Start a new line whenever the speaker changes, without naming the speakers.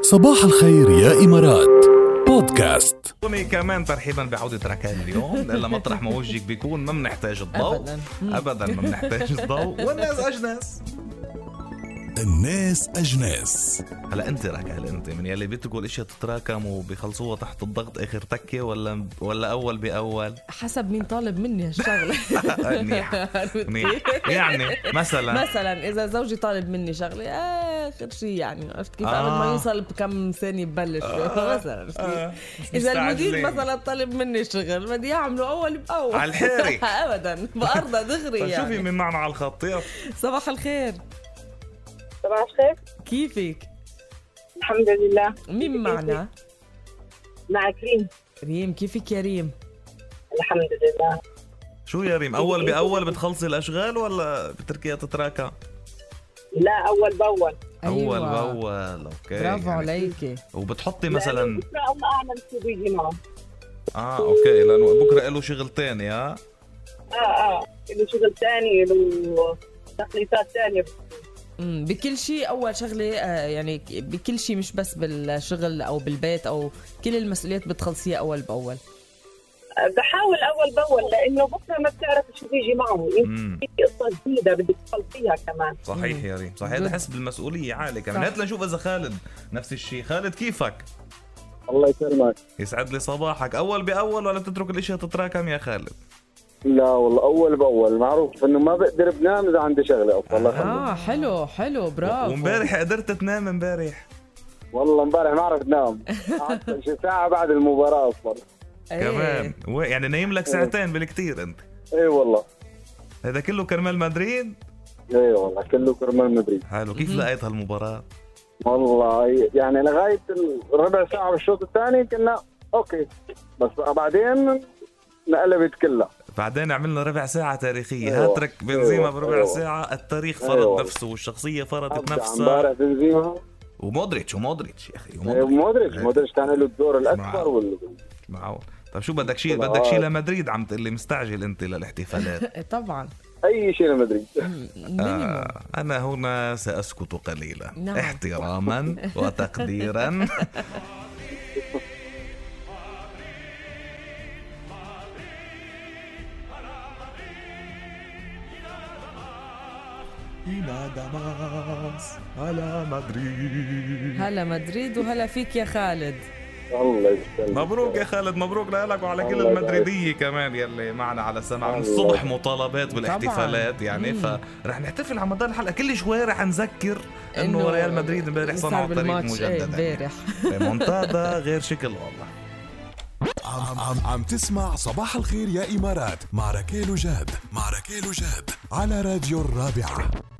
صباح الخير يا إمارات بودكاست
ومي كمان ترحيبا بعودة ركان اليوم لأن مطرح ما وجهك بيكون ما بنحتاج الضوء
أبداً.
أبدا ما بنحتاج الضوء والناس أجناس
الناس أجناس
هلا أنت ركان أنت من يلي بتقول الأشياء تتراكم وبيخلصوها تحت الضغط آخر تكة ولا ولا أول بأول آه،
حسب مين طالب مني هالشغله
منيح منيح يعني مثلا
مثلا اذا زوجي طالب مني شغله اخر شيء يعني عرفت كيف
آه.
قبل ما يوصل بكم ثانيه ببلش مثلا عرفت
آه،
كيف؟
مش
اذا
مستعجلين.
المدير مثلا طلب مني شغل بدي اعمله اول باول
على الحيري.
ابدا بارضى دغري
طيب شوفي
يعني
من معنا على الخط يلا
صباح الخير
صباح الخير
كيفك
الحمد لله
مين معنا
مع كريم
ريم كيفك يا ريم
الحمد لله
شو يا ريم أول بأول بتخلصي الأشغال ولا بتركيها تتراكم
لا أول بأول
أول
أيوة.
بأول أوكي
برافو
يعني.
عليكي
وبتحطي مثلا
يعني بكرة أول أعمل شو بيجي معه
اه اوكي لانه بكره له شغل تاني ها
آه آه له شغل تاني له تخليصات تانية
أمم، بكل شيء اول شغله آه، يعني بكل شيء مش بس بالشغل او بالبيت او كل المسؤوليات بتخلصيها اول باول
آه، بحاول أول بأول لأنه بكرة ما بتعرف شو بيجي معه يمكن
امم
في قصة جديدة بدك تخلصيها كمان
صحيح يا ريم صحيح هذا حس بالمسؤوليه عالي كمان
صح.
هات لنشوف اذا خالد نفس الشيء خالد كيفك
الله يسلمك
يسعد لي صباحك اول باول ولا بتترك الاشياء تتراكم يا خالد
لا والله اول باول معروف انه ما بقدر بنام اذا عندي شغله أو والله يخليك.
اه حلو حلو برافو
وامبارح قدرت تنام امبارح
والله امبارح ما عرفت نام قعدت شي ساعه بعد المباراه اصلا
إيه.
كمان و- يعني نايم لك ساعتين بالكثير انت
اي والله
هذا كله كرمال مدريد
اي والله كله كرمال مدريد
حلو كيف لقيت هالمباراه
والله يعني لغايه ربع ساعه بالشوط الثاني كنا اوكي بس بعدين انقلبت كلها
بعدين عملنا ربع ساعة تاريخية
أيوة.
هاتريك بنزيما
أيوة.
بربع
أيوة.
ساعة التاريخ فرض
أيوة.
نفسه والشخصية فرضت
أبدع
نفسها
امبارح بنزيما
ومودريتش ومودريتش يا أخي
إيه،
ومودريتش
مودريتش مودريتش كان له الدور
معاه.
الاكبر وال
معقول طيب شو بدك شيء
طبعاً.
بدك شيء لمدريد عم تقول لي مستعجل انت للاحتفالات
إيه، طبعا
اي شيء لمدريد
مينيموم
آه انا هنا ساسكت قليلا
نعم.
احتراما وتقديرا على مدريد
هلا مدريد وهلا فيك يا خالد
الله يسلمك
مبروك يا خالد مبروك لك وعلى كل
الله يبارك.
المدريدية كمان يلي معنا على السمع من
الله
الصبح
يبارك.
مطالبات بالاحتفالات يعني
مم.
فرح نحتفل على مدار الحلقة كل شوي رح نذكر انه
إنه
ريال مدريد امبارح
صار
صنعوا الطريق
بالماتش، إيه،
مجددا
امبارح
ريمونتادا غير شكل والله
عم, عم, عم تسمع صباح الخير يا إمارات مع ركيل وجاد مع ركيل وجاد على راديو الرابعة